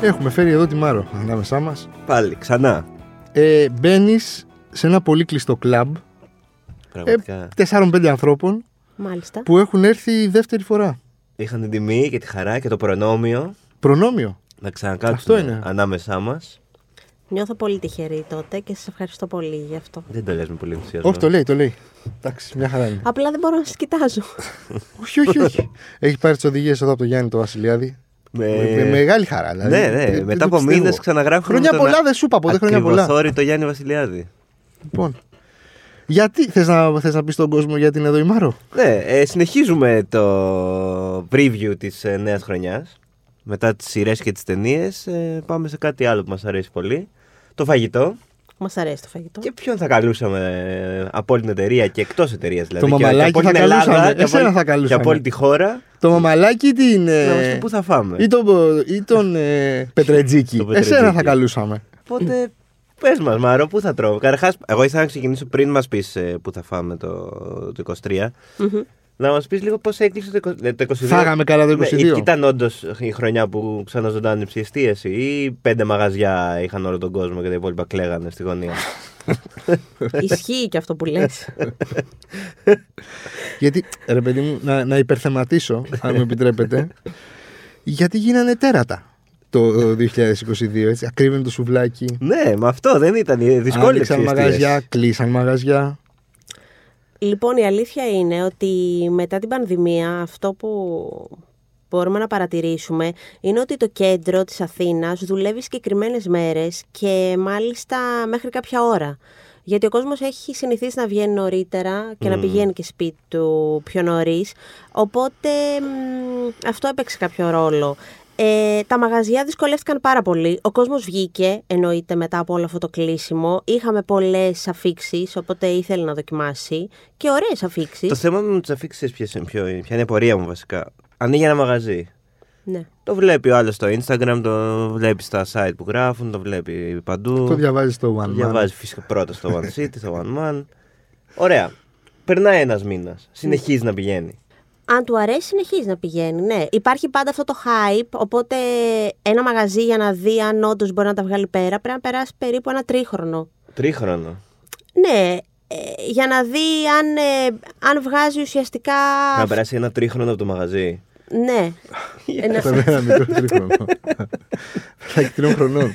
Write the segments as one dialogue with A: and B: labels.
A: Έχουμε φέρει εδώ τη Μάρο ανάμεσά μας.
B: Πάλι, ξανά.
A: Ε, Μπαίνεις σε ένα πολύ κλειστό κλαμπ ε,
B: Πραγματικά.
A: 4-5 ανθρώπων
C: Μάλιστα.
A: που έχουν έρθει δεύτερη φορά.
B: Είχαν την τιμή και τη χαρά και το προνόμιο
A: Προνόμιο.
B: να ξανακάτσουν
A: Αυτό είναι.
B: ανάμεσά μας.
C: Νιώθω πολύ τυχερή τότε και σας ευχαριστώ πολύ γι' αυτό.
B: Δεν το λες με πολύ ενθουσιασμό.
A: Όχι, το λέει, το λέει. Εντάξει, μια χαρά είναι.
C: Απλά δεν μπορώ να σας κοιτάζω.
A: όχι, όχι, όχι. Έχει πάρει τις οδηγίες εδώ από τον Γιάννη το Βασιλιάδη.
B: Με-
A: Με, με μεγάλη χαρά. Δηλαδή,
B: Ε. Ναι, ναι.
A: Δεν- δεν
B: Μετά
A: το
B: από
A: πιστεύω.
B: μήνε ξαναγράφουμε.
A: Χρόνια
B: τον
A: πολλά
B: α-
A: δεν σου είπα ποτέ. Χρόνια πολλά.
B: ακριβοθόρητο Γιάννη Βασιλιάδη.
A: Λοιπόν. Γιατί θες να, θες να πεις στον κόσμο γιατί είναι εδώ η Μάρο.
B: Ναι, ε, συνεχίζουμε το preview της ε, νέας χρονιάς. Μετά τις σειρές και τις ταινίες, πάμε σε κάτι άλλο που μας αρέσει πολύ. Το φαγητό.
C: Μας αρέσει το φαγητό.
B: Και ποιον θα καλούσαμε ε, από όλη την εταιρεία και εκτός εταιρείας δηλαδή.
A: Το
B: και- και
A: μαμαλάκι
B: από όλη
A: θα
B: την Ελλάδα,
A: καλούσαμε.
B: και από
A: Εσένα
B: όλη-
A: θα καλούσαμε.
B: Και από όλη τη χώρα.
A: Το μαμαλάκι τι
B: Να μας
A: είναι.
B: πει Ναι, πού θα φάμε.
A: Ή τον, ή τον ε, Πετρετζίκη.
B: Τον Πετρετζίκη.
A: Εσένα θα καλούσαμε.
B: Οπότε πες μας, Μάρο, πού θα τρώω. Καταρχάς, εγώ ήθελα να ξεκινήσω πριν μας πεις πού θα φάμε το, το 23.
C: Μμμ.
B: Να μας πεις λίγο πώς έκλεισε το, εικο- ε, το 22.
A: Φάγαμε καλά το 22.
B: Ναι, ήταν όντως η χρονιά που ξαναζωντάνε η εστίαση ή πέντε μαγαζιά είχαν όλο τον κόσμο και τα υπόλοιπα κλαίγανε στη γωνία.
C: Ισχύει και αυτό που λες.
A: Γιατί, ρε παιδί μου, να, να υπερθεματίσω, αν μου επιτρέπετε. γιατί γίνανε τέρατα το ε, 2022, έτσι. Ακρίβαινε το σουβλάκι.
B: ναι, με αυτό δεν ήταν. ε, Δυσκόλεψε
A: Άνοιξαν
B: η
A: μαγαζιά,
B: εστίαση.
A: κλείσαν μαγαζιά.
C: λοιπόν, η αλήθεια είναι ότι μετά την πανδημία αυτό που μπορούμε να παρατηρήσουμε είναι ότι το κέντρο της Αθήνας δουλεύει συγκεκριμένες μέρες και μάλιστα μέχρι κάποια ώρα. Γιατί ο κόσμος έχει συνηθίσει να βγαίνει νωρίτερα και να πηγαίνει και σπίτι του πιο νωρίς. Οπότε μ, αυτό έπαιξε κάποιο ρόλο. Ε, τα μαγαζιά δυσκολεύτηκαν πάρα πολύ. Ο κόσμος βγήκε, εννοείται, μετά από όλο αυτό το κλείσιμο. Είχαμε πολλές αφήξεις, οπότε ήθελε να δοκιμάσει. Και ωραίες αφήξεις.
B: Το θέμα με τις αφήξεις ποια είναι η πορεία μου βασικά. Ανοίγει ένα μαγαζί.
C: Ναι.
B: Το βλέπει ο άλλος στο Instagram, το βλέπει στα site που γράφουν, το βλέπει παντού.
A: Το διαβάζει στο
B: Το
A: One Man.
B: διαβάζει φυσικά πρώτα στο One City, στο One Man. Ωραία. Περνάει ένας μήνας. Συνεχίζει να πηγαίνει.
C: Αν του αρέσει, συνεχίζει να πηγαίνει. Ναι, υπάρχει πάντα αυτό το hype. Οπότε ένα μαγαζί για να δει αν όντως μπορεί να τα βγάλει πέρα πρέπει να περάσει περίπου ένα τρίχρονο.
B: Τρίχρονο.
C: Ναι, ε, για να δει αν, ε, αν βγάζει ουσιαστικά.
B: Να περάσει ένα τρίχρονο από το μαγαζί.
C: Ναι. Ένα-
A: Θα είναι ένα μικρό τρίχρονο. Θα έχει τριών χρονών.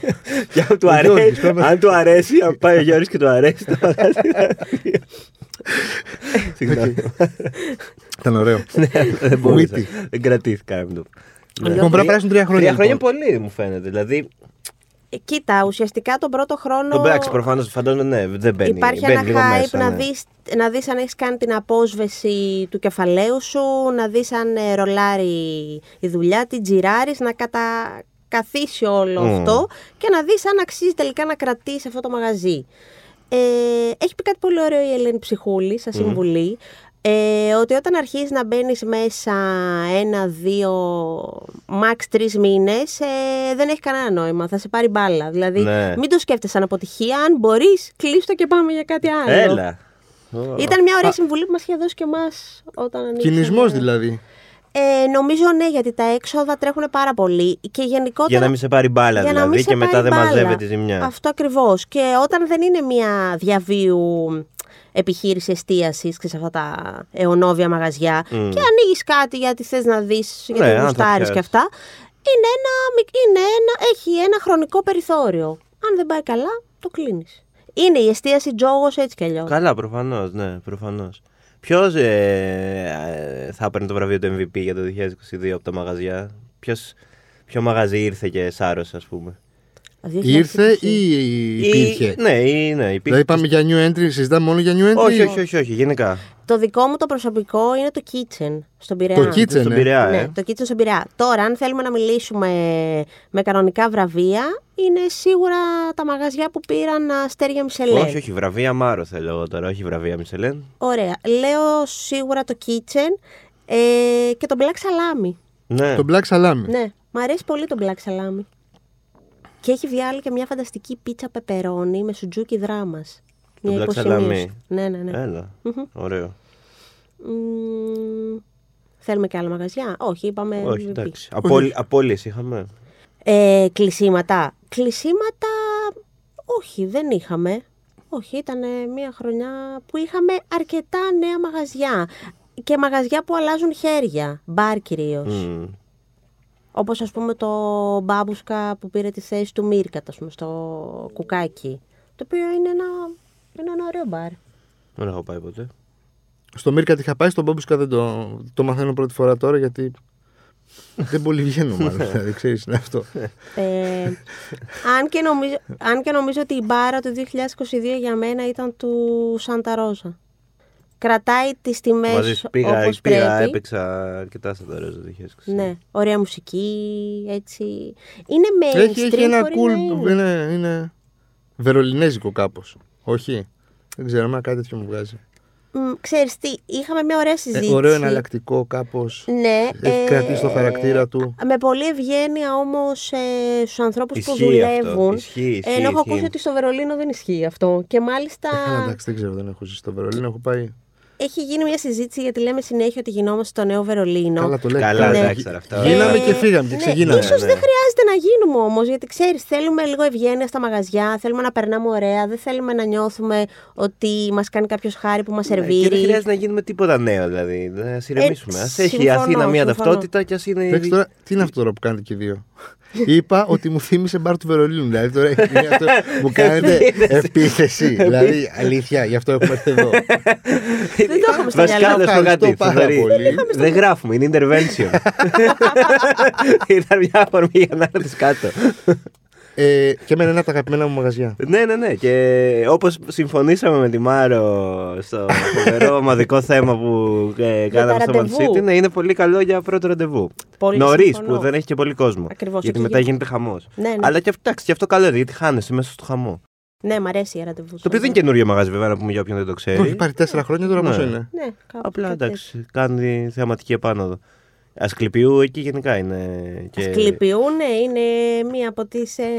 B: Και αν του
A: Ο Γιώργης,
B: αρέσει,
A: πάμε.
B: αν του αρέσει, αν πάει ο Γιώργης και του αρέσει το μαγαζί. Συγγνώμη.
A: Ήταν ωραίο.
B: Ναι. Δεν μπορούσα.
A: Witty.
B: Δεν κρατήθηκα. να μην το πω. Ναι.
A: Λοιπόν, πρέπει να περάσουν τρία χρόνια.
B: Τρία χρόνια είναι
A: λοιπόν.
B: πολύ μου φαίνεται. Δηλαδή,
C: Ε, Κοίτα, ουσιαστικά τον πρώτο χρόνο.
B: τον πράξη προφανώς φαντάζομαι ναι, δεν μπαίνει.
C: Υπάρχει
B: μπαίνει
C: ένα
B: λίγο
C: hype
B: μέσα,
C: να,
B: ναι.
C: δεις, να δεις αν έχεις κάνει την απόσβεση του κεφαλαίου σου, να δεις αν ε, ρολάρει η δουλειά, την τζιράρεις, να κατακαθίσει όλο
B: Mm.
C: αυτό και να δεις αν αξίζει τελικά να κρατήσεις αυτό το μαγαζί. Ε, έχει πει κάτι πολύ ωραίο η Ελένη Ψυχούλη,
B: Mm.
C: σαν συμβουλή, ε, ότι όταν αρχίζεις να μπαίνεις μέσα ένα, δύο, max τρεις μήνες, ε, δεν έχει κανένα νόημα, θα σε πάρει μπάλα. Δηλαδή
B: Ναι.
C: μην το σκέφτεσαι σαν αποτυχία. Αν μπορείς, κλείστο και πάμε για κάτι άλλο.
B: Έλα.
C: Ήταν μια ωραία συμβουλή που μας είχε δώσει και εμάς όταν ανοίξαμε.
A: Κινησμός δηλαδή.
B: Ναι.
C: Ε, νομίζω ναι, γιατί τα έξοδα τρέχουν πάρα πολύ. Και γενικότερα.
B: Για να μην σε πάρει μπάλα
C: για να
B: δηλαδή
C: μην σε
B: και μετά
C: πάρει
B: δεν
C: μπάλα.
B: μαζεύει τη ζημιά.
C: Αυτό ακριβώς. Και όταν δεν είναι μια διαβίου επιχείρηση εστίασης και σε αυτά τα αιωνόβια μαγαζιά και ανοίγεις κάτι γιατί θες να δεις, γιατί
B: Ναι, αν
C: ναι,
B: το
C: γουστάρει και
B: πιάσεις.
C: αυτά. Είναι ένα, μικ- είναι ένα, έχει ένα χρονικό περιθώριο. Αν δεν πάει καλά, το κλείνεις. Είναι η εστίαση τζόγος έτσι κι αλλιώς.
B: Καλά, προφανώς, ναι, προφανώς. Ποιος ε, θα έπαιρνε το βραβείο του MVP για το 2022 από τα μαγαζιά, ποιος, Ποιο μαγαζί ήρθε και σάρωσε, ας πούμε.
A: Ήρθε ή υπήρχε.
B: Ή- ναι, ή, ναι, υπήρχε.
A: Δηλαδή πάμε για new entry, συζητάμε μόνο για new entry.
B: όχι, όχι, όχι, όχι, γενικά.
C: Το δικό μου το προσωπικό είναι το kitchen στον Πειραιά.
A: Το kitchen.
B: Στον
A: ναι.
B: Πειραιά,
C: Ναι,
B: ε.
C: το kitchen στον Πειραιά. Τώρα, αν θέλουμε να μιλήσουμε με κανονικά βραβεία, είναι σίγουρα τα μαγαζιά που πήραν αστέρια Μισελέν.
B: Όχι, όχι, βραβεία Μάρο θέλω εγώ τώρα, όχι βραβεία Μισελέν.
C: Ωραία. Λέω σίγουρα το kitchen ε, και το black salami.
B: Ναι.
A: Το black salami.
C: Ναι, μου αρέσει πολύ το black salami. Και έχει βγάλει και μια φανταστική πίτσα πεπερώνη με σουτζούκι δράμας.
B: Το
C: Μια
B: black
C: υποσημείωση.
B: salami. Ε.
C: Ναι, ναι, ναι.
B: Έλα. Ωραίο.
C: Ε, Μμμ, θέλουμε και άλλα μαγαζιά. Όχι, είπαμε.
B: Όχι,
C: MVP.
B: εντάξει. Απόλυ, απόλυες είχαμε.
C: Ε, κλεισίματα. Κλεισίματα όχι, δεν είχαμε. Όχι, ήταν μια χρονιά που είχαμε αρκετά νέα μαγαζιά. Και μαγαζιά που αλλάζουν χέρια. Μπαρ κυρίως.
B: Μμμ.
C: Όπως ας πούμε το μπάμπουσκα που πήρε τη θέση του Μίρκατ, ας πούμε, στο κουκάκι. Το οποίο είναι ένα, είναι ένα ωραίο μπαρ.
B: Δεν έχω πάει ποτέ.
A: Στο Μίρκα τη είχα πάει, στον Μπόμπουσκα δεν το, το μαθαίνω πρώτη φορά τώρα γιατί δεν πολύ βγαίνω μάλλον. δηλαδή, ξέρεις, είναι αυτό.
C: Ε, αν, και νομίζω, αν και νομίζω ότι η μπάρα του 2022 για μένα ήταν του Σάντα Ρόζα. Κρατάει τις
B: Μαζί
C: τιμές
B: σου πήγα,
C: όπως
B: πήγα
C: πρέπει.
B: έπαιξα αρκετά στα τώρα το Ε,
C: Ναι, ωραία μουσική, έτσι. Είναι mainstream.
A: έχει, έχει ένα
C: μπορεί
A: cool.
C: να είναι.
A: Είναι, είναι βερολινέζικο κάπως. Όχι. Δεν ξέρω, εμένα κάτι τέτοιο μου βγάζει.
C: Μ, Ξέρεις τι, είχαμε μια ωραία
A: Ε,
C: συζήτηση.
A: ωραίο εναλλακτικό κάπως.
C: Ναι,
A: Έχει κρατήσει το χαρακτήρα του.
C: Με πολλή ευγένεια όμως ε, στους ανθρώπους που
B: Ισχύει αυτό.
C: δουλεύουν. Ε,
B: Ισχύει, ισχύει,
C: ενώ έχω
B: ισχύει.
C: ακούσει ότι στο Βερολίνο δεν ισχύει αυτό. Και μάλιστα
A: Ε, καλά, εντάξει, δεν ξέρω, δεν έχω ζήσει στο Βερολίνο. Έχω πάει.
C: έχει γίνει μια συζήτηση γιατί λέμε συνέχεια ότι γινόμαστε στο νέο Βερολίνο.
A: Καλά, το λέει.
B: Καλά,
A: Καλά,
B: εντάξει, τώρα αυτά.
A: Γίναμε
C: Ε,
A: και φύγαμε και
C: ναι,
A: ξεγίναμε.
C: ίσως
B: ναι.
C: δεν χρειάζεται να γίνουμε όμως, γιατί ξέρεις, θέλουμε λίγο ευγένεια στα μαγαζιά, θέλουμε να περνάμε ωραία, δεν θέλουμε να νιώθουμε ότι μας κάνει κάποιος χάρη που μας
B: Ναι, Και δεν
C: σερβίρει.
B: χρειάζεται να γίνουμε τίποτα νέο, δηλαδή. Να ηρεμήσουμε. Ας έχει η
C: συμφωνώ,
B: Αθήνα μία
C: συμφωνώ.
B: ταυτότητα και ας είναι. η
A: Εντάξει,
B: δική-
A: τώρα, τι είναι αυτό τώρα που κάνετε και οι δύο. Είπα ότι μου θύμισε μπαρ του Βερολίνου. Δηλαδή τώρα είναι αυτό που κάνετε επίθεση. δηλαδή αλήθεια, γι' αυτό έχουμε έρθει εδώ.
C: Δεν το έχουμε στο
B: Βασικά,
C: μυαλό.
B: να σου πω κάτι.
A: Ευχαριστώ πάρα
B: Θοδωρή.
A: πολύ.
B: Δεν γράφουμε, είναι intervention. Ήταν μια αφορμή για να έρθει κάτω.
A: Ε, και εμένα είναι από τα αγαπημένα μου μαγαζιά.
B: Ναι, ναι, ναι. Και όπως συμφωνήσαμε με τη Μάρο στο φοβερό ομαδικό θέμα που ε, κάναμε στο Man
C: ραντεβού.
B: City, ναι, είναι πολύ καλό για πρώτο ραντεβού.
C: Πολύ
B: Νωρίς
C: συμφωνώ.
B: που δεν έχει και πολύ κόσμο.
C: Ακριβώς,
B: Γιατί
C: εκεί
B: μετά
C: γίνεται.
B: γίνεται χαμός.
C: Ναι, ναι.
B: Αλλά και αυτό, εντάξει, και αυτό καλό είναι, γιατί χάνεσαι μέσα στο χαμό.
C: Ναι, μ' αρέσει η ραντεβούς.
B: Το οποίο δεν είναι καινούριο μαγαζί, βέβαια, να πούμε για όποιον δεν το ξέρει.
A: Όχι, υπάρχει τέσσερα χρόνια τώρα
B: Ναι.
A: πόσο είναι.
C: Ναι, κάπου
B: Απλά
C: κάτι
B: εντάξει, κάνει θεαματική επάνωδο. Ασκληπιού εκεί γενικά είναι. Και...
C: Ασκληπιού, ναι, είναι μία από τις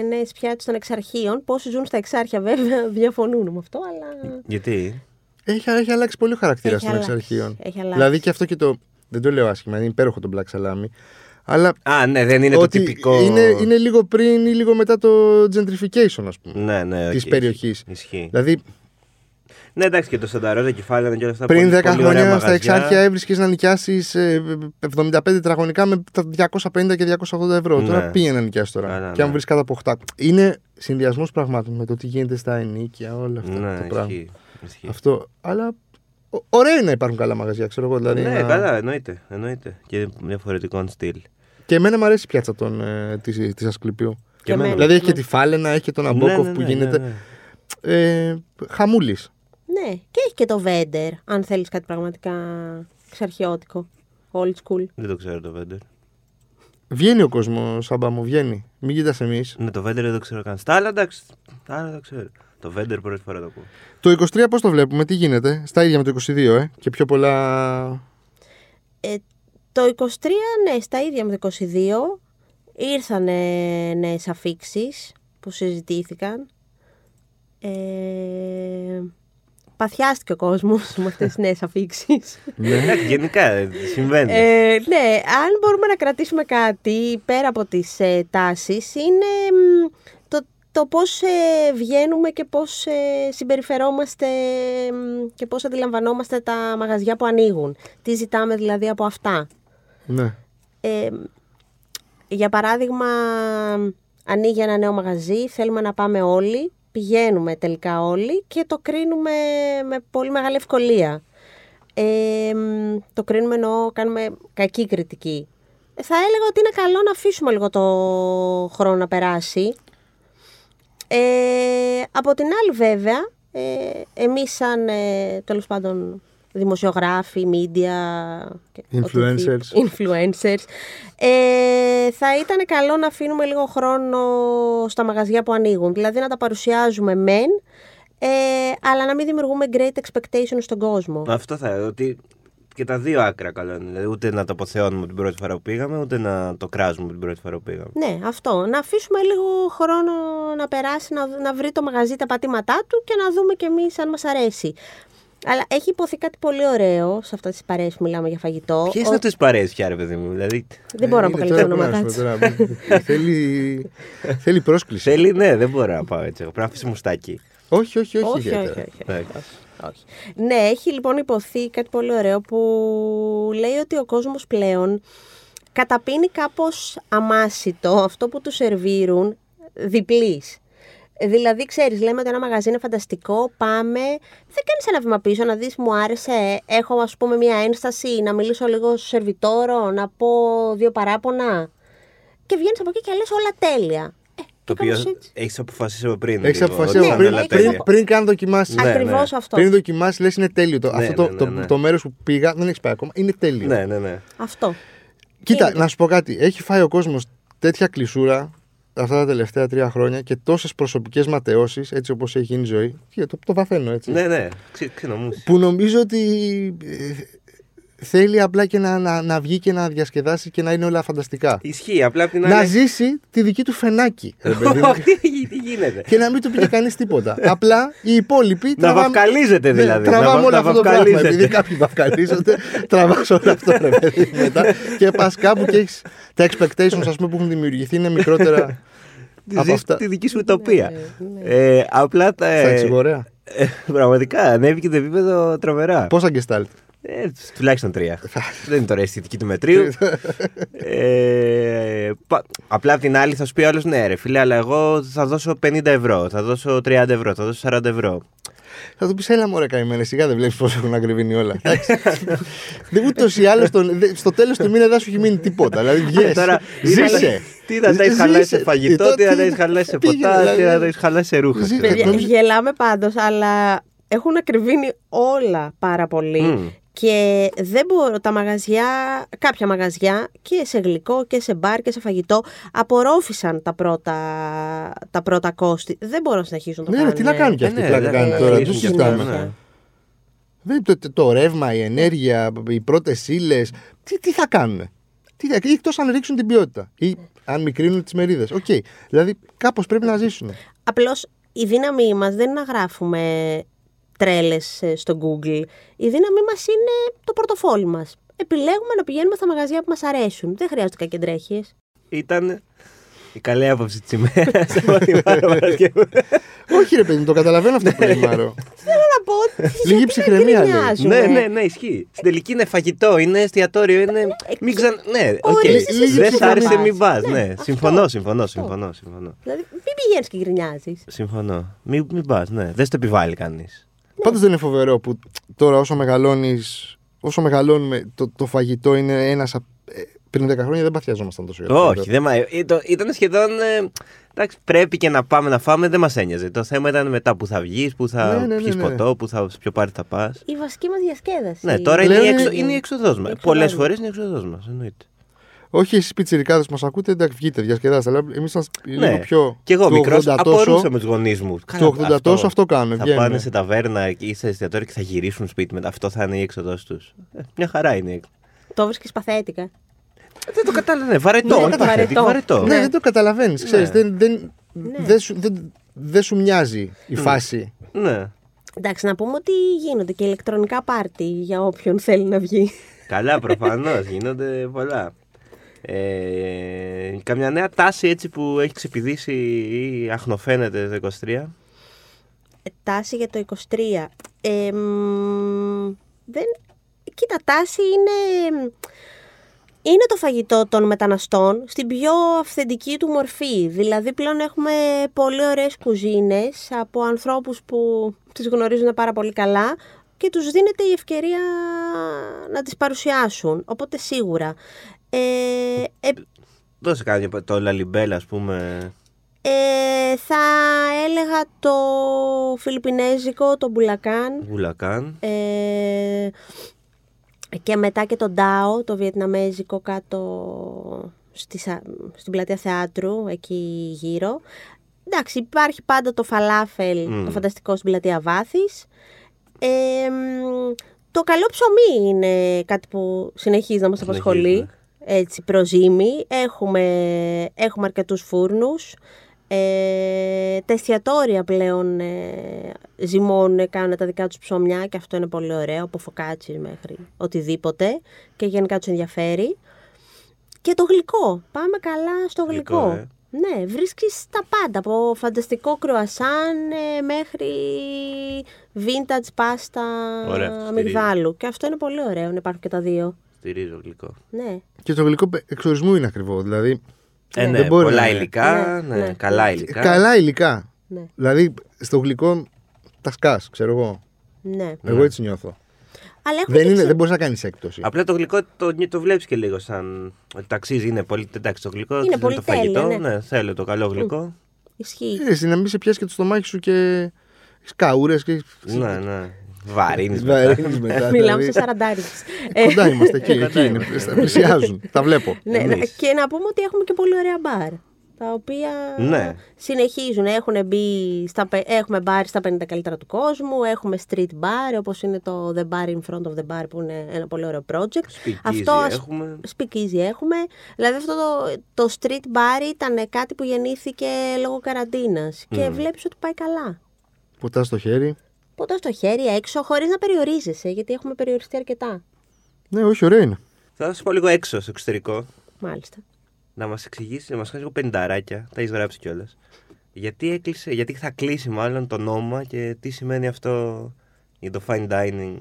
C: νέες πιάτες των εξαρχείων. Πόσοι ζουν στα εξάρχεια, βέβαια, διαφωνούν με αυτό, αλλά.
B: Γιατί.
A: Έχει, έχει αλλάξει πολύ ο χαρακτήρας
C: Έχει
A: των
C: αλλάξει,
A: εξαρχείων.
C: έχει αλλάξει.
A: Δηλαδή και αυτό και το. Δεν το λέω άσχημα, είναι υπέροχο το Black Salami. Αλλά
B: Α, ναι, δεν είναι
A: ότι
B: το τυπικό.
A: είναι, είναι λίγο πριν ή λίγο μετά το gentrification, ας πούμε.
B: Ναι, ναι,
A: της
B: οκ,
A: περιοχής.
B: Ισχύει.
A: Δηλαδή
B: Ναι, εντάξει και το Σανταρόζα κεφάλαιο ναι, και όλα αυτά.
A: πριν
B: πολύ-
A: 10
B: πολύ ωραία
A: χρόνια στα
B: μαγαζιά.
A: εξάρχεια έβρισκες να νοικιάσεις 75 τετραγωνικά με τα 250 και 280 ευρώ. Τώρα
B: Ναι.
A: πήγε να νοικιάσει τώρα.
B: Καλά,
A: και αν
B: ναι.
A: βρεις κάτω από 8. Είναι συνδυασμός πραγμάτων με το τι γίνεται στα ενίκια, όλα αυτά
B: Ναι,
A: το πράγμα.
B: ισχύει. ισχύει.
A: Αυτό. Αλλά ω- ωραίο είναι να υπάρχουν καλά μαγαζιά, ξέρω εγώ. Δηλαδή,
B: Ναι,
A: να-
B: καλά, εννοείται. εννοείται. Και διαφορετικών στυλ.
A: Και εμένα μου αρέσει η πιάτσα των, ε, της, της Ασκληπιού.
C: Και εμένα.
B: εμένα.
A: Δηλαδή έχει και τη Φάλαινα, έχει και τον Αμπόκοφ που γίνεται.
B: ναι, ναι.
A: Ε, χαμούλης.
C: Ναι, και έχει και το Βέντερ, αν θέλεις κάτι πραγματικά εξαρχαιώτικο. Old school.
B: Δεν το ξέρω το Βέντερ.
A: Βγαίνει ο κόσμος, Σάμπα μου, βγαίνει. Μην κοιτάς εμείς.
B: Ναι, το Βέντερ δεν το ξέρω καν. Στα άλλα εντάξει. Τα άλλα το ξέρω. Το Βέντερ πρώτη φορά το ακούω.
A: Το 23 πώς το βλέπουμε, τι γίνεται. Στα ίδια με το 22, ε. Και πιο πολλά.
C: Ε, το 23, ναι, στα ίδια με το 22, ήρθαν νέες αφήξεις που συζητήθηκαν. Ε, παθιάστηκε ο κόσμος με αυτές τις νέες αφήξεις.
A: Ναι.
B: Εντάξει, γενικά ε, συμβαίνει.
C: Ε, ναι, αν μπορούμε να κρατήσουμε κάτι πέρα από τις ε, τάσεις είναι μ, το, το πώς ε, βγαίνουμε και πώς ε, συμπεριφερόμαστε μ, και πώς αντιλαμβανόμαστε τα μαγαζιά που ανοίγουν. Τι ζητάμε δηλαδή από αυτά.
A: Ναι.
C: Ε, για παράδειγμα, ανοίγει ένα νέο μαγαζί, θέλουμε να πάμε όλοι, πηγαίνουμε τελικά όλοι και το κρίνουμε με πολύ μεγάλη ευκολία. Ε, μ, το κρίνουμε ενώ κάνουμε κακή κριτική. Ε, Θα έλεγα ότι είναι καλό να αφήσουμε λίγο το χρόνο να περάσει. Ε, από την άλλη βέβαια, ε, εμείς σαν ε, τέλος πάντων δημοσιογράφοι, media, και
A: Influencers.
C: οτι- influencers ε, θα ήταν καλό να αφήνουμε λίγο χρόνο στα μαγαζιά που ανοίγουν. Δηλαδή να τα παρουσιάζουμε μεν, ε, αλλά να μην δημιουργούμε great expectations στον κόσμο.
B: Αυτό θα ότι και τα δύο άκρα καλό είναι. Δηλαδή, ούτε να το αποθεώνουμε την πρώτη φορά που πήγαμε, ούτε να το κράζουμε την πρώτη φορά που πήγαμε.
C: Ναι, αυτό. Να αφήσουμε λίγο χρόνο να περάσει, να, δ- να βρει το μαγαζί τα πατήματά του και να δούμε κι εμείς αν μας αρέσει. Αλλά έχει υποθεί κάτι πολύ ωραίο σε αυτέ τις παρέες που μιλάμε για φαγητό.
B: Ποιες
C: Ο-
B: είναι αυτέ τι παρέε πια, ρε παιδί μου. Δηλαδή,
C: Δεν μπορώ να
A: είναι
C: αποκαλύψω
A: Ε, τώρα
C: ονόματα.
A: που να σου πω τώρα. θέλει, θέλει πρόσκληση.
B: θέλει, ναι, δεν μπορώ να πάω έτσι. Πρέπει να αφήσει μουστάκι.
A: όχι, όχι, όχι.
C: Όχι, όχι,
A: ιδιαίτερα.
C: όχι.
B: Εντάξει.
C: Όχι. Ναι, έχει λοιπόν υποθεί κάτι πολύ ωραίο που λέει ότι ο κόσμος πλέον καταπίνει κάπως αμάσιτο αυτό που του σερβίρουν διπλής. Δηλαδή, ξέρεις, λέμε ότι ένα μαγαζί είναι φανταστικό, πάμε, δεν κάνεις ένα βήμα πίσω να δεις μου άρεσε, έχω ας πούμε μια ένσταση, να μιλήσω λίγο στο σερβιτόρο, να πω δύο παράπονα και βγαίνεις από εκεί και λες όλα τέλεια. Ε,
B: Το
C: και κάπως
B: οποίο
C: έτσι.
B: έχεις αποφασίσει από πριν.
A: Έχεις
B: λίγο,
A: αποφασίσει
B: ότι
A: από
B: θα
A: πριν,
B: είναι όλα
A: πριν,
B: τέλεια.
A: πριν καν δοκιμάσεις.
B: Ναι,
C: Ακριβώς
B: ναι.
C: αυτό.
A: Πριν δοκιμάσεις, λες είναι τέλειο. Το,
B: Ναι,
A: αυτό το,
B: ναι,
A: το,
B: ναι, ναι.
A: το μέρος που πήγα δεν έχεις πάει ακόμα. Είναι τέλειο.
B: Ναι, ναι, ναι.
C: Αυτό.
A: Κοίτα,
C: Είναι.
A: να σου πω κάτι. Έχει φάει ο κόσμος τέτοια κλεισούρα αυτά τα τελευταία τρία χρόνια και τόσες προσωπικές ματαιώσεις, έτσι όπως έχει γίνει η ζωή. Και το, το βαθαίνω έτσι.
B: Ναι, ναι. Ξυ- ξυνομούσε.
A: Που νομίζω ότι ε, θέλει απλά και να, να, να βγει και να διασκεδάσει και να είναι όλα φανταστικά.
B: Ισχύει. Απλά απ' την άλλη.
A: Να ζήσει τη δική του φενάκι. ρε παιδί μου.
B: Όχι, τι- Τι γίνεται.
A: και να μην του πει κανείς τίποτα. Απλά οι υπόλοιποι.
B: Ε. Να βαφκαλίζεται
A: Ναι,
B: δηλαδή.
A: Τραβάμε
B: να,
A: όλο
B: να
A: αυτό το πράγμα.
B: βαφκαλίζεται.
A: Επειδή κάποιοι βαφκαλίζονται, τραβάς όλο αυτό ρε παιδί μου, μετά. Και πας κάπου και έχεις. Τα expectations ας πούμε, που έχουν δημιουργηθεί είναι μικρότερα.
B: Τη
A: από
B: ζεις
A: αυτά.
B: τη δική σου ουτοπία. Ε, απλά τα.
A: Στα εξηγορέα.
B: ε, πραγματικά ανέβηκε το επίπεδο τρομερά.
A: Πόσα γκεστάλτ.
B: Ε, τουλάχιστον τρία. Δεν είναι τώρα η αισθητική του μετρίου. ε, πα- απλά απ' την άλλη θα σου πει άλλος ναι, ρε φίλε, αλλά εγώ θα δώσω 50 ευρώ, θα δώσω 30 ευρώ, θα δώσω 40 ευρώ.
A: Θα του πεις, έλα μωρέ καημένε, σιγά δεν βλέπεις πόσο έχουν ακριβήνει όλα. Εντάξει. Δεν ούτως ή άλλως τον- δε- στο τέλος του μήνα δεν σου έχει μείνει τίποτα. Δηλαδή βγες,
B: Ε, Τώρα, δηλαδή,
A: ζήσε.
B: Τι θα τα έχεις
A: Ζήσε.
B: χαλάσει σε
A: Ε,
B: φαγητό,
A: το
B: τι θα τα έχεις χαλάσει σε
A: πήγαινε,
B: ποτά,
A: δηλαδή.
B: τι θα τα έχεις χαλάσει σε ρούχα.
A: Ζήσε.
B: ξέρω εγώ.
C: Παιδιά,
A: Νομίζω-
C: γελάμε πάντως, αλλά έχουν ακριβήνει όλα πάρα πολύ.
B: Μμμ.
C: Και δεν μπορώ τα μαγαζιά, κάποια μαγαζιά και σε γλυκό και σε μπαρ και σε φαγητό απορρόφησαν τα πρώτα, τα πρώτα κόστη. Δεν μπορούν να συνεχίσουν να το
A: Ναι, ρε,
C: κάνουν.
A: τι να κάνουν κι
B: Ε,
A: αυτοί.
B: ναι,
A: Τι να
B: δεν-
A: κάνουν
B: δεν
A: τώρα,
B: γυρίζουν
A: του
B: κι
C: συνέχεια.
B: αυτά,
A: συζητάμε.
B: ναι.
A: Δεν, το, το, το ρεύμα, η ενέργεια, οι πρώτες ύλες. Τι, τι θα κάνουν. Τι θα, εκτός αν ρίξουν την ποιότητα ή αν μικρύνουν τις μερίδες. Οκ. Δηλαδή κάπως πρέπει να ζήσουν.
C: Απλώς η δύναμή μας δεν είναι να γράφουμε τρέλες ε, στο Google. Η δύναμή μας είναι το πορτοφόλι μας. Επιλέγουμε να πηγαίνουμε στα μαγαζιά που μας αρέσουν. Δεν χρειάζονται κακεντρέχειες.
B: Ήταν η καλή άποψη της ημέρας. Εγώ την πάρω Παρασκευή.
A: Όχι, ρε παιδί, μου, το καταλαβαίνω αυτό
B: Ναι.
A: που λέει Μάρο.
C: να πω ότι γιατί
A: Λίγη
C: να
A: ψυχραιμία, λέει.
C: γκρινιάζουμε.
B: Ναι, ναι, ναι, ισχύει. Στην τελική είναι φαγητό, είναι εστιατόριο, είναι. Μην ξαν... Ναι, οκ.
C: Ορίστε
A: εσείς
B: Δεν
A: που
B: σ'
A: θα
B: άρεσε,
C: πας.
B: μην πας.
C: Ναι,
B: Ναι,
C: αυτό.
B: συμφωνώ, συμφωνώ,
C: Αυτό.
B: συμφωνώ. συμφωνώ.
C: Δηλαδή, μην πηγαίνεις και γκρινιάζει.
B: Συμφωνώ. Μην, μην πας, ναι. Δεν στο επιβάλλει κανείς.
A: Πάντως δεν είναι φοβερό που τώρα όσο μεγαλώνεις, όσο μεγαλώνουμε, το, το φαγητό είναι ένας. Πριν 10 χρόνια δεν παθιαζόμασταν τόσο. για το φαγητό.
B: Όχι, δεν μα... ήταν, ήταν σχεδόν. ε, Εντάξει, πρέπει και να πάμε να φάμε, δεν μας ένοιαζε. Το θέμα ήταν μετά που θα βγεις, που θα
A: Ναι, ναι, ναι,
B: πιεις
A: ναι.
B: ποτό, που θα, σε ποιο πάρει θα πας.
C: Η βασική μας διασκέδαση.
B: Ναι, τώρα
A: Πλέον
B: είναι, η
A: είναι-
B: εξο...
C: ε,
B: είναι η εξοδός μας.
C: εξοδός
B: Πολλές
C: μας.
B: φορές είναι η εξοδός μας, εννοείται.
A: Όχι, εσείς πιτσιρικάδες που μας ακούτε, εντάξει, βγείτε, διασκεδάστε. Αλλά εμείς ήμασταν λίγο πιο.
B: Ναι. Και εγώ
A: του
B: μικρός
A: 80 τόσο.
B: απορούσα με τους γονείς μου. Καλά,
A: Το 80 τόσο αυτό κάνουμε,
B: Θα
A: βγαίνουμε.
B: πάνε σε ταβέρνα ή σε εστιατόριο και θα γυρίσουν σπίτι μετά. Αυτό θα είναι η έξοδο τους. Μια χαρά είναι. η έξοδος.
C: Το βρίσκεις παθέτικα.
B: Δεν το κατάλαβα. Ναι, βαρετό.
C: Ναι,
B: όχι
C: βαρετό.
B: παθητικό, βαρετό.
A: Ναι, δεν το καταλαβαίνεις. Ξέρεις,
B: Ναι.
A: δεν, δεν, δεν, σου, δεν, δεν σου μοιάζει η φάση.
B: Ναι.
C: Εντάξει, να πούμε ότι γίνονται και ηλεκτρονικά πάρτι για όποιον θέλει να βγει.
B: Καλά, προφανώς. Γίνονται πολλά. Ε, καμιά νέα τάση έτσι που έχει ξεπηδήσει ή αχνοφαίνεται το 23.
C: Ε, Τάση για το 23. Ε, μ, δεν... Κοίτα, τάση είναι... Είναι το φαγητό των μεταναστών στην πιο αυθεντική του μορφή. Δηλαδή πλέον έχουμε πολύ ωραίες κουζίνες από ανθρώπους που τις γνωρίζουν πάρα πολύ καλά και τους δίνεται η ευκαιρία να τις παρουσιάσουν. Οπότε σίγουρα. Ε, ε,
B: Δώσε κάτι το λαλιμπέλα, ας πούμε.
C: ε, θα έλεγα το φιλιππινέζικο, το μπουλακάν.
B: Γουλακάν.
C: Ε, και μετά και το Ντάο, το βιετναμέζικο κάτω στη, σα- στην πλατεία θεάτρου, εκεί γύρω. Εντάξει, υπάρχει πάντα το φαλάφελ,
B: Μμμ.
C: το φανταστικό στην πλατεία Βάθης. Ε, μ, το καλό ψωμί είναι κάτι που συνεχίζει να μας
B: Συνεχίζει,
C: απασχολεί.
B: ναι.
C: Έτσι, προζύμι. Έχουμε, έχουμε αρκετούς φούρνους. Ε, Ε, τα εστιατόρια πλέον ε, ζυμώνουν, κάνουν τα δικά τους ψωμιά και αυτό είναι πολύ ωραίο, από φωκάτσις μέχρι οτιδήποτε και γενικά τους ενδιαφέρει. Και το γλυκό, πάμε καλά στο
B: Γλυκό,
C: γλυκό.
B: ε.
C: Ναι, βρίσκεις τα πάντα, από φανταστικό κρουασάν ε, μέχρι vintage πάστα
B: Ωραία, στηρίζω.
C: αμυγδάλου. Και αυτό είναι πολύ ωραίο να υπάρχουν και τα δύο.
B: Στηρίζω γλυκό.
C: Ναι.
A: Και το γλυκό εξορισμού είναι ακριβό. Δηλαδή,
B: Ε, ναι,
A: Δεν μπορεί
B: πολλά
A: να είναι.
B: υλικά,
C: Ναι,
B: ναι,
C: ναι.
B: καλά υλικά.
A: καλά υλικά.
C: Ναι.
A: Δηλαδή, στο γλυκό τα σκάς, ξέρω εγώ.
C: Ναι.
A: Εγώ έτσι νιώθω.
C: Αλλά
A: Δεν,
C: έχουμε και
A: είναι,
C: ξε-
A: δεν μπορείς να κάνεις έκπτωση.
B: Απλά το γλυκό το, το βλέπεις και λίγο σαν. ότι ταξίζει, είναι πολύ. Εντάξει, το γλυκό
C: Είναι
B: το
C: πολυτέλεια,
B: φαγητό.
C: ναι.
B: θέλω το καλό γλυκό.
C: Ισχύει.
A: Εσύ να μην σε πιάσει και το στομάχι σου και σκαούρε και.
B: Ναι, ναι. Βαρύνεις.
A: Βαρύνεις μετά.
C: Μιλάμε
A: δηλαδή.
C: σε σαραντάρικες. Ε,
A: Κοντά είμαστε εκεί, εκεί
B: Κοντά
A: είναι, στα- πλησιάζουν. Τα βλέπω.
C: ναι,
B: εμείς.
C: να- και να πούμε ότι έχουμε και πολύ ωραία μπαρ. Τα οποία
B: Ναι.
C: συνεχίζουν. Έχουν μπει στα, πε- έχουμε μπαρ στα 50 καλύτερα του κόσμου. Έχουμε street bar, όπως είναι το The Bar in Front of the Bar, που είναι ένα πολύ ωραίο project.
B: Speakeasy
C: ας-
B: έχουμε.
C: Speakeasy έχουμε. Δηλαδή αυτό το, το street bar ήταν κάτι που γεννήθηκε λόγω καραντίνας. Και βλέπεις ότι πάει καλά.
A: Ποτά στο χέρι.
C: Ποτά στο χέρι, έξω, χωρίς να περιορίζεσαι, γιατί έχουμε περιοριστεί αρκετά.
A: Ναι, όχι, ωραίο είναι.
B: Θα σας πω λίγο έξω στο εξωτερικό.
C: Μάλιστα.
B: Να μας εξηγήσεις, να μας κάνεις λίγο πενταράκια. Τα έχεις γράψει κιόλας. Γιατί έκλεισε, γιατί θα κλείσει μάλλον το νόμο και τι σημαίνει αυτό για το fine dining.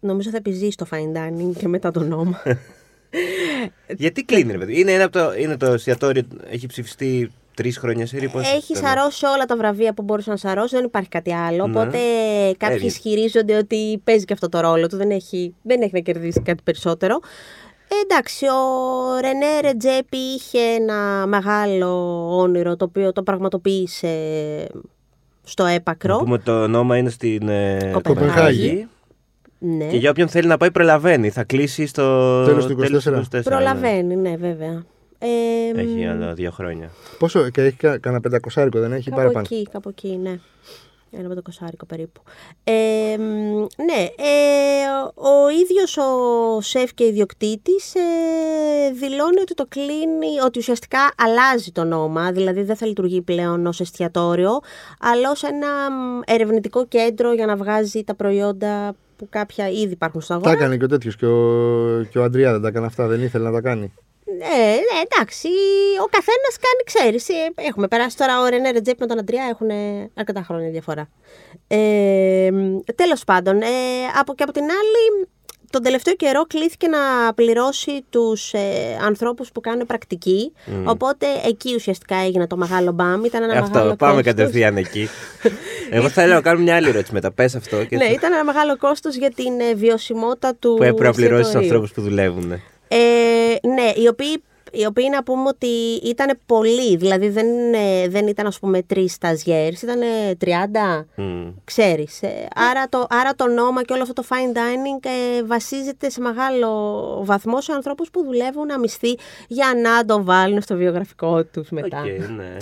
C: Νομίζω θα επιζήσει το fine dining και μετά τον νόμο. Ε,
B: Γιατί κλείνει, ρε παιδί. Είναι, ένα από το, είναι το εστιατόριο, έχει ψηφιστεί τρεις χρόνια σε ρήπο.
C: Έχει σαρώσει όλα τα βραβεία που μπορούσε να σαρώσει, δεν υπάρχει κάτι άλλο.
B: Ναι.
C: Οπότε κάποιοι
B: Έγινε.
C: ισχυρίζονται ότι παίζει και αυτό το ρόλο του, δεν έχει, δεν έχει να κερδίσει κάτι περισσότερο. Ε, εντάξει, ο Ρενέ Ρετζέπη είχε ένα μεγάλο όνειρο το οποίο το πραγματοποίησε στο έπακρο.
B: Πούμε το νόμα είναι στην ε,
C: Κοπενχάγη. Ναι.
B: Και για όποιον θέλει να πάει, προλαβαίνει. Θα κλείσει στο
A: Τέλος του 24.
C: Προλαβαίνει, ναι, βέβαια. Ε,
B: Ναι. Έχει άλλο δύο χρόνια.
A: Πόσο, και έχει κα- κανένα πεντακοσάρικο, δεν έχει
C: Κάπου
A: παραπάνω.
C: εκεί, κάπου εκεί, ναι. Ένα με το κοσάρικο περίπου. Ε, μ, ναι, ε, ο ίδιος ο σεφ και ιδιοκτήτης ε, δηλώνει ότι το κλείνει, ότι ουσιαστικά αλλάζει το όνομα, δηλαδή δεν θα λειτουργεί πλέον ως εστιατόριο, αλλά ως ένα μ, ερευνητικό κέντρο για να βγάζει τα προϊόντα που κάποια ήδη υπάρχουν στον
A: Τα
C: αγορά.
A: έκανε και ο τέτοιος και ο, και ο Αντριάδα τα έκανε αυτά, δεν ήθελε να τα κάνει.
C: Ναι, ναι, εντάξει, ο καθένας κάνει, ξέρεις. Έχουμε περάσει τώρα ο Ρενέ Ρετζέπ με τον Αντριά, έχουν ε, αρκετά χρόνια διαφορά. Ε, Τέλος πάντων, ε, από, και από την άλλη, τον τελευταίο καιρό κλείθηκε να πληρώσει τους ε, ανθρώπους που κάνουν πρακτική. Οπότε εκεί ουσιαστικά έγινε το μεγάλο μπαμ. Ήταν ένα
B: Ε, αυτό,
C: μεγάλο
B: πάμε
C: κόστος.
B: κατευθείαν εκεί. Εγώ θέλω να κάνω μια άλλη ερώτηση μετά. Πες αυτό. Και
C: Ναι, ήταν ένα μεγάλο κόστος για την ε, βιωσιμότητα του.
B: που έπρεπε να πληρώσεις τους
C: εστιατορίου.
B: ανθρώπους που δουλεύουν.
C: Ε, ναι, οι οποίοι, οι οποίοι να πούμε ότι ήταν πολλοί, δηλαδή δεν, ε, δεν ήταν ας πούμε τρεις σταζιέρς, ήταν 30,
B: Μμ.
C: ξέρεις. Ε, άρα, το, άρα το νόμα και όλο αυτό το fine dining ε, βασίζεται σε μεγάλο βαθμό σε ανθρώπους που δουλεύουν αμυστή για να το βάλουν στο βιογραφικό τους μετά.
B: Οκ, ναι.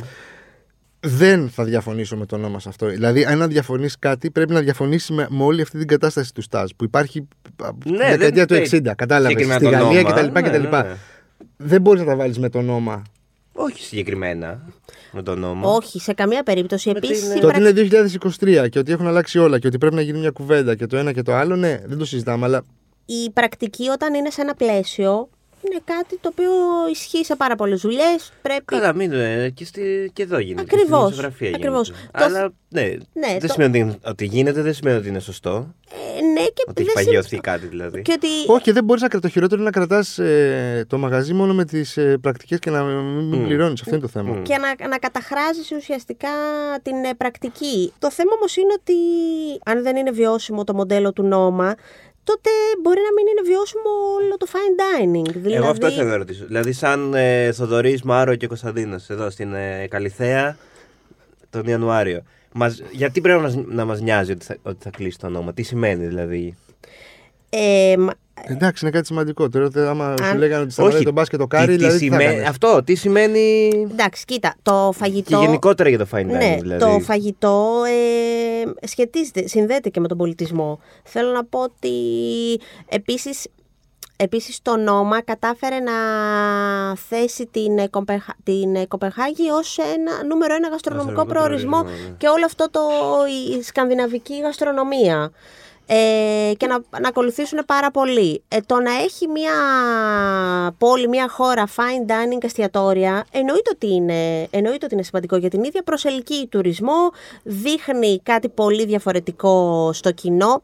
A: Δεν θα διαφωνήσω με το όνομα σε αυτό. Δηλαδή, αν να διαφωνείς κάτι, πρέπει να διαφωνήσεις με, με όλη αυτή την κατάσταση του Στάζ που υπάρχει από τη
B: Ναι,
A: δεκαετία του
B: δεν-
A: 60. Κατάλαβες.
B: Συγκεκριμένα
A: Στη
B: το
A: Γαλλία
B: όνομα,
A: κτλ.
B: ναι,
A: κτλ.
B: ναι.
A: Δεν μπορείς να τα βάλεις με το όνομα.
B: Όχι συγκεκριμένα με το όνομα.
C: Όχι, σε καμία περίπτωση. Επίσης,
B: είναι-
C: η
A: Το
C: πρακτική-
A: ότι είναι 2023 και ότι έχουν αλλάξει όλα και ότι πρέπει να γίνει μια κουβέντα και το ένα και το άλλο, ναι, δεν το συζητάμε, αλλά
C: η πρακτική όταν είναι σε ένα πλαίσιο είναι κάτι το οποίο ισχύει σε πάρα πολλές δουλειές. Πρέπει
B: Καλά, μην ε, και, στη, και εδώ γίνεται. και στη
C: Ακριβώς,
B: δημοσιογραφία
C: ακριβώς.
B: γίνεται.
C: Το-
B: Αλλά ναι, δεν
C: το-
B: σημαίνει ότι- ότι γίνεται, δεν σημαίνει ότι είναι σωστό.
C: Ε, ναι, και
B: Ότι έχει
C: δεν
B: παγιωθεί
C: συμ-
B: κάτι δηλαδή.
C: Και ότι.
A: όχι, δεν μπορείς να κρατάς. Το χειρότερο είναι να κρατάς το μαγαζί μόνο με τις ε, πρακτικές και να μην πληρώνεις. πληρώνεις. Αυτό είναι το θέμα.
C: και να, να καταχράζεις ουσιαστικά την ε, πρακτική. Το θέμα όμως είναι ότι αν δεν είναι βιώσιμο το μοντέλο του νόμα, τότε μπορεί να μην είναι βιώσιμο όλο το fine dining. Δηλαδή,
B: Εγώ αυτό ήθελα να ρωτήσω. Δηλαδή, σαν ε, Θοδωρής, Μάρο και Κωνσταντίνος εδώ στην ε, Καλιθέα τον Ιανουάριο. Μας, γιατί πρέπει να, μας- να μας νοιάζει ότι θα, ότι θα κλείσει το όνομα, τι σημαίνει δηλαδή.
C: Ε, μα-
A: Εντάξει, είναι κάτι σημαντικό. Τώρα, δε- άμα σου λέγανε ότι σταματάει
B: Όχι,
A: τον μπάσκετ το κάρι,
B: τι- τι
A: δηλαδή. Τι θα
B: σημαίνει-
A: έκανες.
B: αυτό, τι σημαίνει.
C: εντάξει, κοίτα, Ε, το
B: Και
C: φαγητό...
B: γενικότερα για το fine dining.
C: Ναι,
B: δηλαδή.
C: το φαγητό ε, σχετίζεται, συνδέεται και με τον πολιτισμό. Θέλω να πω ότι επίσης Επίσης το νόμα κατάφερε να θέσει την, ε, Κομπεχα- την ε, Κοπενχάγη ως ένα νούμερο ένα γαστρονομικό
B: Γαστρονομικό
C: προορισμό
B: προορισμό, ναι.
C: και όλο αυτό το, η σκανδιναβική γαστρονομία. Ε, και να, να ακολουθήσουν πάρα πολύ. Ε, το να έχει μια πόλη, μια χώρα fine dining εστιατόρια, εννοείται ότι, είναι, εννοείται ότι είναι σημαντικό για την ίδια. Προσελκύει τουρισμό, δείχνει κάτι πολύ διαφορετικό στο κοινό.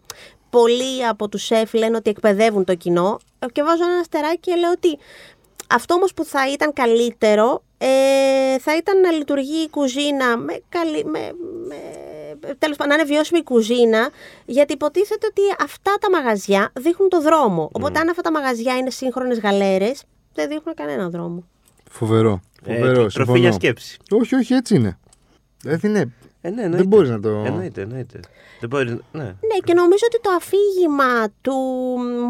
C: Πολλοί από τους σεφ λένε ότι εκπαιδεύουν το κοινό. Ε, Και βάζω ένα αστεράκι και λέω ότι αυτό όμως που θα ήταν καλύτερο ε, θα ήταν να λειτουργεί η κουζίνα με καλή, με, με, τέλος πάντων, να είναι βιώσιμη η κουζίνα, γιατί υποτίθεται ότι αυτά τα μαγαζιά δείχνουν το δρόμο. Οπότε αν αυτά τα μαγαζιά είναι σύγχρονες γαλέρες, δεν δείχνουν κανένα δρόμο.
A: Φοβερό. Φοβερό.
B: Ε, τροφή
A: συμφωνώ.
B: για σκέψη.
A: Όχι, όχι, έτσι είναι. Έτσι είναι.
B: Ε, ναι, εννοείται.
A: Δεν μπορείς να το.
B: Εννοείται, εννοείται. Δεν μπορεί. Ναι.
C: Ναι, και νομίζω ότι το αφήγημα του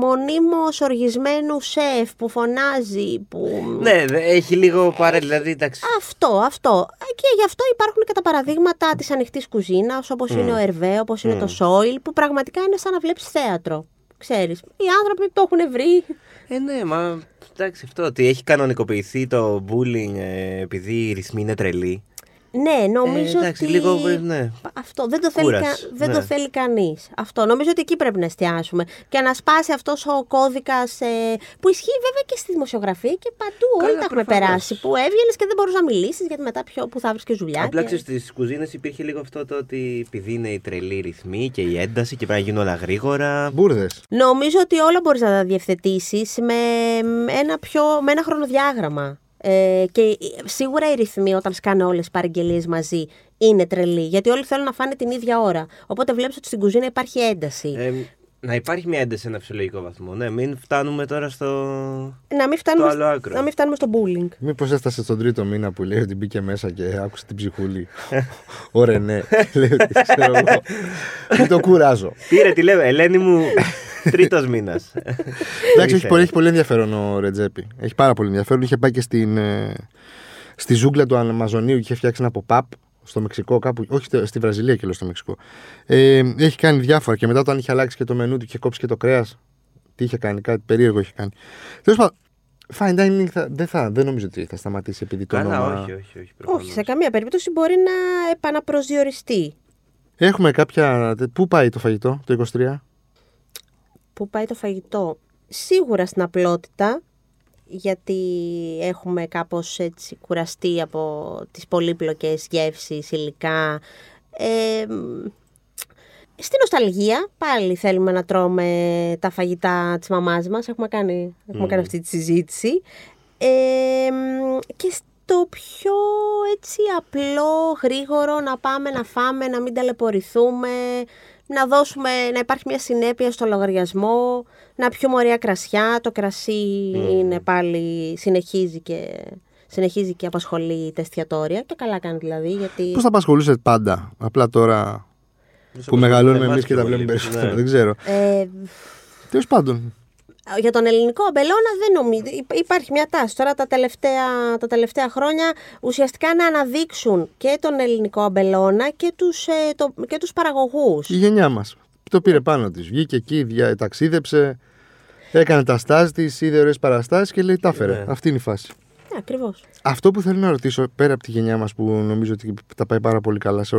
C: μονίμως οργισμένου σεφ που φωνάζει, που...
B: Ναι, δε- έχει λίγο παρέλ, δηλαδή εντάξει.
C: Αυτό, αυτό. Ε, Και γι' αυτό υπάρχουν και τα παραδείγματα της ανοιχτής κουζίνας, όπως είναι ο
B: Mm.
C: Ερβέ, όπως είναι το Σόιλ, που πραγματικά είναι σαν να βλέπεις θέατρο. Ξέρεις. Οι άνθρωποι το έχουν βρει.
B: Ε, ναι, μα εντάξει, αυτό ότι έχει κανονικοποιηθεί το bullying ε, επειδή οι ρυθμοί είναι τρελοί.
C: Ναι, νομίζω
B: Ε, εντάξει,
C: ότι.
B: λίγο, ε, ναι.
C: Αυτό δεν το θέλει,
B: Κούραση,
C: κα- δεν
B: ναι.
C: το θέλει κανείς. Αυτό. Νομίζω ότι εκεί πρέπει να εστιάσουμε. Και να σπάσει αυτός ο κώδικας που ισχύει βέβαια και στη δημοσιογραφία και παντού.
B: Καλά,
C: Όλοι τα έχουμε
B: προφανώς.
C: περάσει. Που έβγαινες και δεν μπορούσες να μιλήσεις γιατί μετά ποιο, που θα βρει και ζουλιά.
B: Απλά
C: και-
B: ξέρεις, στις κουζίνες υπήρχε λίγο αυτό το ότι επειδή είναι η τρελή ρυθμή και η ένταση και πρέπει να γίνουν όλα γρήγορα.
A: Μπούρδες.
C: Νομίζω ότι όλα μπορείς να τα διευθετήσεις με ένα, πιο, με ένα χρονοδιάγραμμα. Ε, και σίγουρα οι ρυθμοί όταν σκάνε όλες τις παραγγελίες μαζί είναι τρελή, γιατί όλοι θέλουν να φάνε την ίδια ώρα. Οπότε βλέπεις ότι στην κουζίνα υπάρχει ένταση.
B: Ε, να υπάρχει μια ένταση σε ένα φυσιολογικό βαθμό. Ναι, μην φτάνουμε τώρα στο.
C: να, μην φτάνουμε,
B: Ε, το άλλο άκρο.
C: να μην φτάνουμε στο bullying.
A: Μήπως έφτασε στον τρίτο μήνα που λέει ότι μπήκε μέσα και άκουσε την ψυχούλη. Ωραία, ναι. Λέει ότι ξέρω εγώ. Μην το κουράζω.
B: Πήρε τη λέω, Ελένη μου, Ε, τρίτος μήνας.
A: Εντάξει, έχει πολύ, έχει πολύ ενδιαφέρον ο Ρετζέπη. Έχει πάρα πολύ ενδιαφέρον. Είχε πάει και στην, ε, στη ζούγκλα του Αμαζονίου και είχε φτιάξει ένα pop-up στο Μεξικό, κάπου. Όχι στο- στη Βραζιλία και λέω στο Μεξικό. Ε, έχει κάνει διάφορα και μετά όταν είχε αλλάξει και το μενού του και είχε κόψει και το κρέας. Τι είχε κάνει, κάτι περίεργο είχε κάνει. Τέλος πάντων, fine dining θα- δεν, θα, δεν νομίζω ότι θα σταματήσει επειδή το
B: Καλά,
A: όνομα-
B: όχι, όχι. όχι, προφανώς.
C: Όχι, σε καμία περίπτωση μπορεί να επαναπροσδιοριστεί.
A: Έχουμε κάποια. Πού πάει το φαγητό το 23.
C: Πού πάει το φαγητό. Σίγουρα στην απλότητα, γιατί έχουμε κάπως έτσι κουραστεί από τις πολύπλοκες γεύσεις, υλικά. Ε, μ, στην νοσταλγία πάλι θέλουμε να τρώμε τα φαγητά της μαμάς μας. Έχουμε κάνει, έχουμε κάνει αυτή τη συζήτηση. Ε, μ, και στο πιο έτσι απλό, γρήγορο, να πάμε να φάμε, να μην ταλαιπωρηθούμε, να, δώσουμε, να υπάρχει μια συνέπεια στο λογαριασμό, να πιούμε ωραία κρασιά. Το κρασί είναι πάλι, συνεχίζει και, συνεχίζει και απασχολεί τα εστιατόρια. Και καλά κάνει δηλαδή, γιατί...
A: Πώς θα απασχολούσε πάντα. Απλά τώρα που
B: Όπως
A: μεγαλώνουμε
B: εμάς
A: εμείς και τα
B: πολύ.
A: βλέπουμε δηλαδή. περισσότερο.
B: Ναι.
A: Δεν ξέρω.
C: Ε,
A: Τέλος πάντων,
C: για τον ελληνικό αμπελώνα δεν νομίζω. Υπά- Υπάρχει μια τάση τώρα τα τελευταία, τα τελευταία χρόνια ουσιαστικά να αναδείξουν και τον ελληνικό αμπελώνα και τους, ε, το, και τους παραγωγούς.
A: Η γενιά μας. Το πήρε πάνω της. Βγήκε εκεί, δια, ταξίδεψε, έκανε τα στάζ της, είδε ωραίες παραστάσεις και λέει: Τα έφερε.
B: Ναι.
A: Αυτή είναι η φάση.
C: Ναι, ακριβώς.
A: Αυτό που θέλω να ρωτήσω, πέρα από τη γενιά μας που νομίζω ότι τα πάει πάρα πολύ καλά σε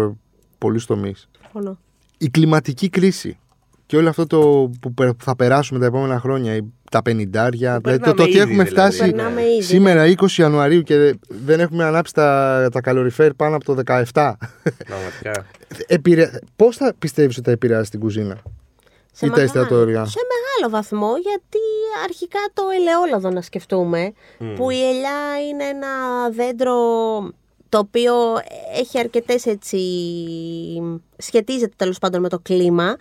A: πολλούς τομείς,
C: Συμφωνώ.
A: η κλιματική κρίση και όλο αυτό το που πε- θα περάσουμε τα επόμενα χρόνια, η- τα πενιντάρια, δηλαδή το,
B: περνάμε
A: το ότι
B: ήδη,
A: έχουμε
B: δηλαδή.
A: φτάσει
C: Περνάμε ήδη. ναι.
A: σήμερα 20 Ιανουαρίου και δεν έχουμε ανάψει τα, τα καλοριφέρ πάνω από το 17.
B: Πραγματικά.
A: Επηρε... Πώς θα πιστεύεις ότι θα επηρεάσει την κουζίνα
C: Σε
A: ή τα εστιατόρια.
C: σε μεγάλο βαθμό, γιατί αρχικά το ελαιόλαδο να σκεφτούμε, που η ελιά είναι ένα δέντρο το οποίο έχει αρκετές έτσι, σχετίζεται τέλος πάντων με το κλίμα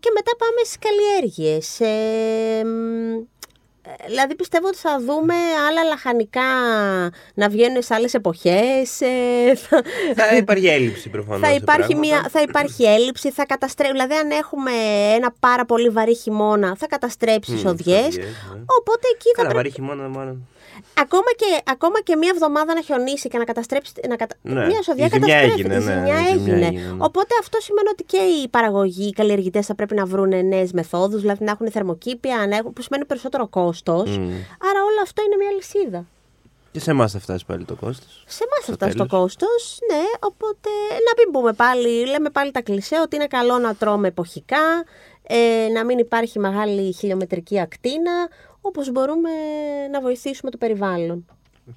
C: και μετά πάμε στις καλλιέργειες. Ε, μ, ε, Δηλαδή πιστεύω ότι θα δούμε άλλα λαχανικά να βγαίνουν σε άλλες εποχές, ε, θα-
B: θα υπάρχει έλλειψη προφανώς.
C: θα υπάρχει, μια, θα υπάρχει έλλειψη, θα καταστρέψει. Δηλαδή, αν έχουμε ένα πάρα πολύ βαρύ χειμώνα, θα καταστρέψει τι
B: Μμμ, τις
C: οδιέ.
B: οδιές, ναι.
C: Οπότε εκεί θα
B: Καλά,
C: πρέπει.
B: βαρύ χειμώνα, μάλλον.
C: Ακόμα και, ακόμα και μία εβδομάδα να χιονίσει και να καταστρέψει. Να κατα...
B: Ναι.
C: Μία σοδιά
B: Η ζημιά
C: καταστρέφει.
B: έγινε,
C: η
B: ναι,
C: ζημιά
B: η ζημιά
C: έγινε.
B: έγινε, ναι.
C: Οπότε αυτό σημαίνει ότι και οι παραγωγοί, οι καλλιεργητές θα πρέπει να βρουν νέες μεθόδους, δηλαδή να έχουν θερμοκήπια, να έχουν, που σημαίνει περισσότερο κόστος. Άρα όλο αυτό είναι μία λυσίδα.
B: Και σε εμάς θα φτάσει πάλι το κόστος.
C: Σε εμάς θα
B: Στο
C: φτάσει το
B: τέλος.
C: κόστος, ναι. Οπότε να μην πούμε πάλι, λέμε πάλι τα κλισέ ότι είναι καλό να τρώμε εποχικά, ε, να μην υπάρχει μεγάλη χιλιομετρική ακτίνα, όπως μπορούμε να βοηθήσουμε το περιβάλλον.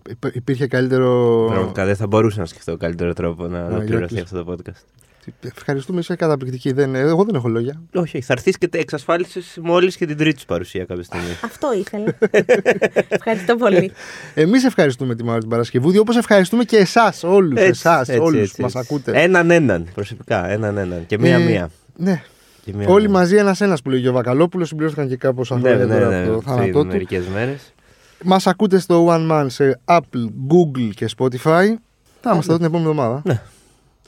A: Υπ- Υπήρχε καλύτερο.
B: Πραγματικά δεν θα μπορούσα να σκεφτώ καλύτερο τρόπο
A: Ε,
B: να ολοκληρωθεί
A: Γιώργης.
B: αυτό το podcast.
A: Ευχαριστούμε, είσαι καταπληκτική. Δεν... ε, Εγώ δεν έχω λόγια.
B: Όχι, όχι, θα έρθεις και εξασφάλισες μόλις και την τρίτη σου παρουσία κάποια στιγμή.
C: Αυτό ήθελα. Ευχαριστώ πολύ.
A: Εμείς ευχαριστούμε τη Μαύρη την Παρασκευούδη, όπως ευχαριστούμε και εσάς όλους.
B: Έτσι,
A: Εσάς,
B: έτσι,
A: όλους
B: έτσι,
A: που μας
B: έτσι.
A: ακούτε.
B: Έναν έναν, προσωπικά. Έναν έναν. Και
A: Ε,
B: μία-μία.
A: Ναι.
B: Και μία-
A: Όλοι μαζί ένα-ένα που λέγει ο Βακαλόπουλο συμπληρώθηκαν και κάπως αυτά
B: Ναι, ναι, ναι. ναι,
A: το θάνατό του.
B: Μερικές μέρες.
A: Μας ακούτε στο One Man σε Apple, Google και Spotify. Θα είμαστε εδώ την επόμενη εβδομάδα.
B: Ναι.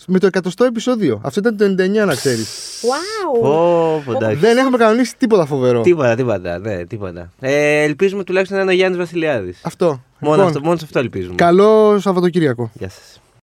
A: Με το 100ο επεισόδιο. Αυτό ήταν το 99, να ξέρεις.
C: Wow!
B: Πω, πω, εντάξει.
A: Δεν έχουμε κανονίσει τίποτα φοβερό.
B: Τίποτα, τίποτα. Ναι, τίποτα. Ε, ελπίζουμε τουλάχιστον να είναι ο Γιάννης Βασιλιάδης.
A: Αυτό.
B: Μόνο,
A: Λοιπόν,
B: αυτό- μόνο σε αυτό ελπίζουμε.
A: Καλό Σαββατοκύριακο.
B: Γεια σας.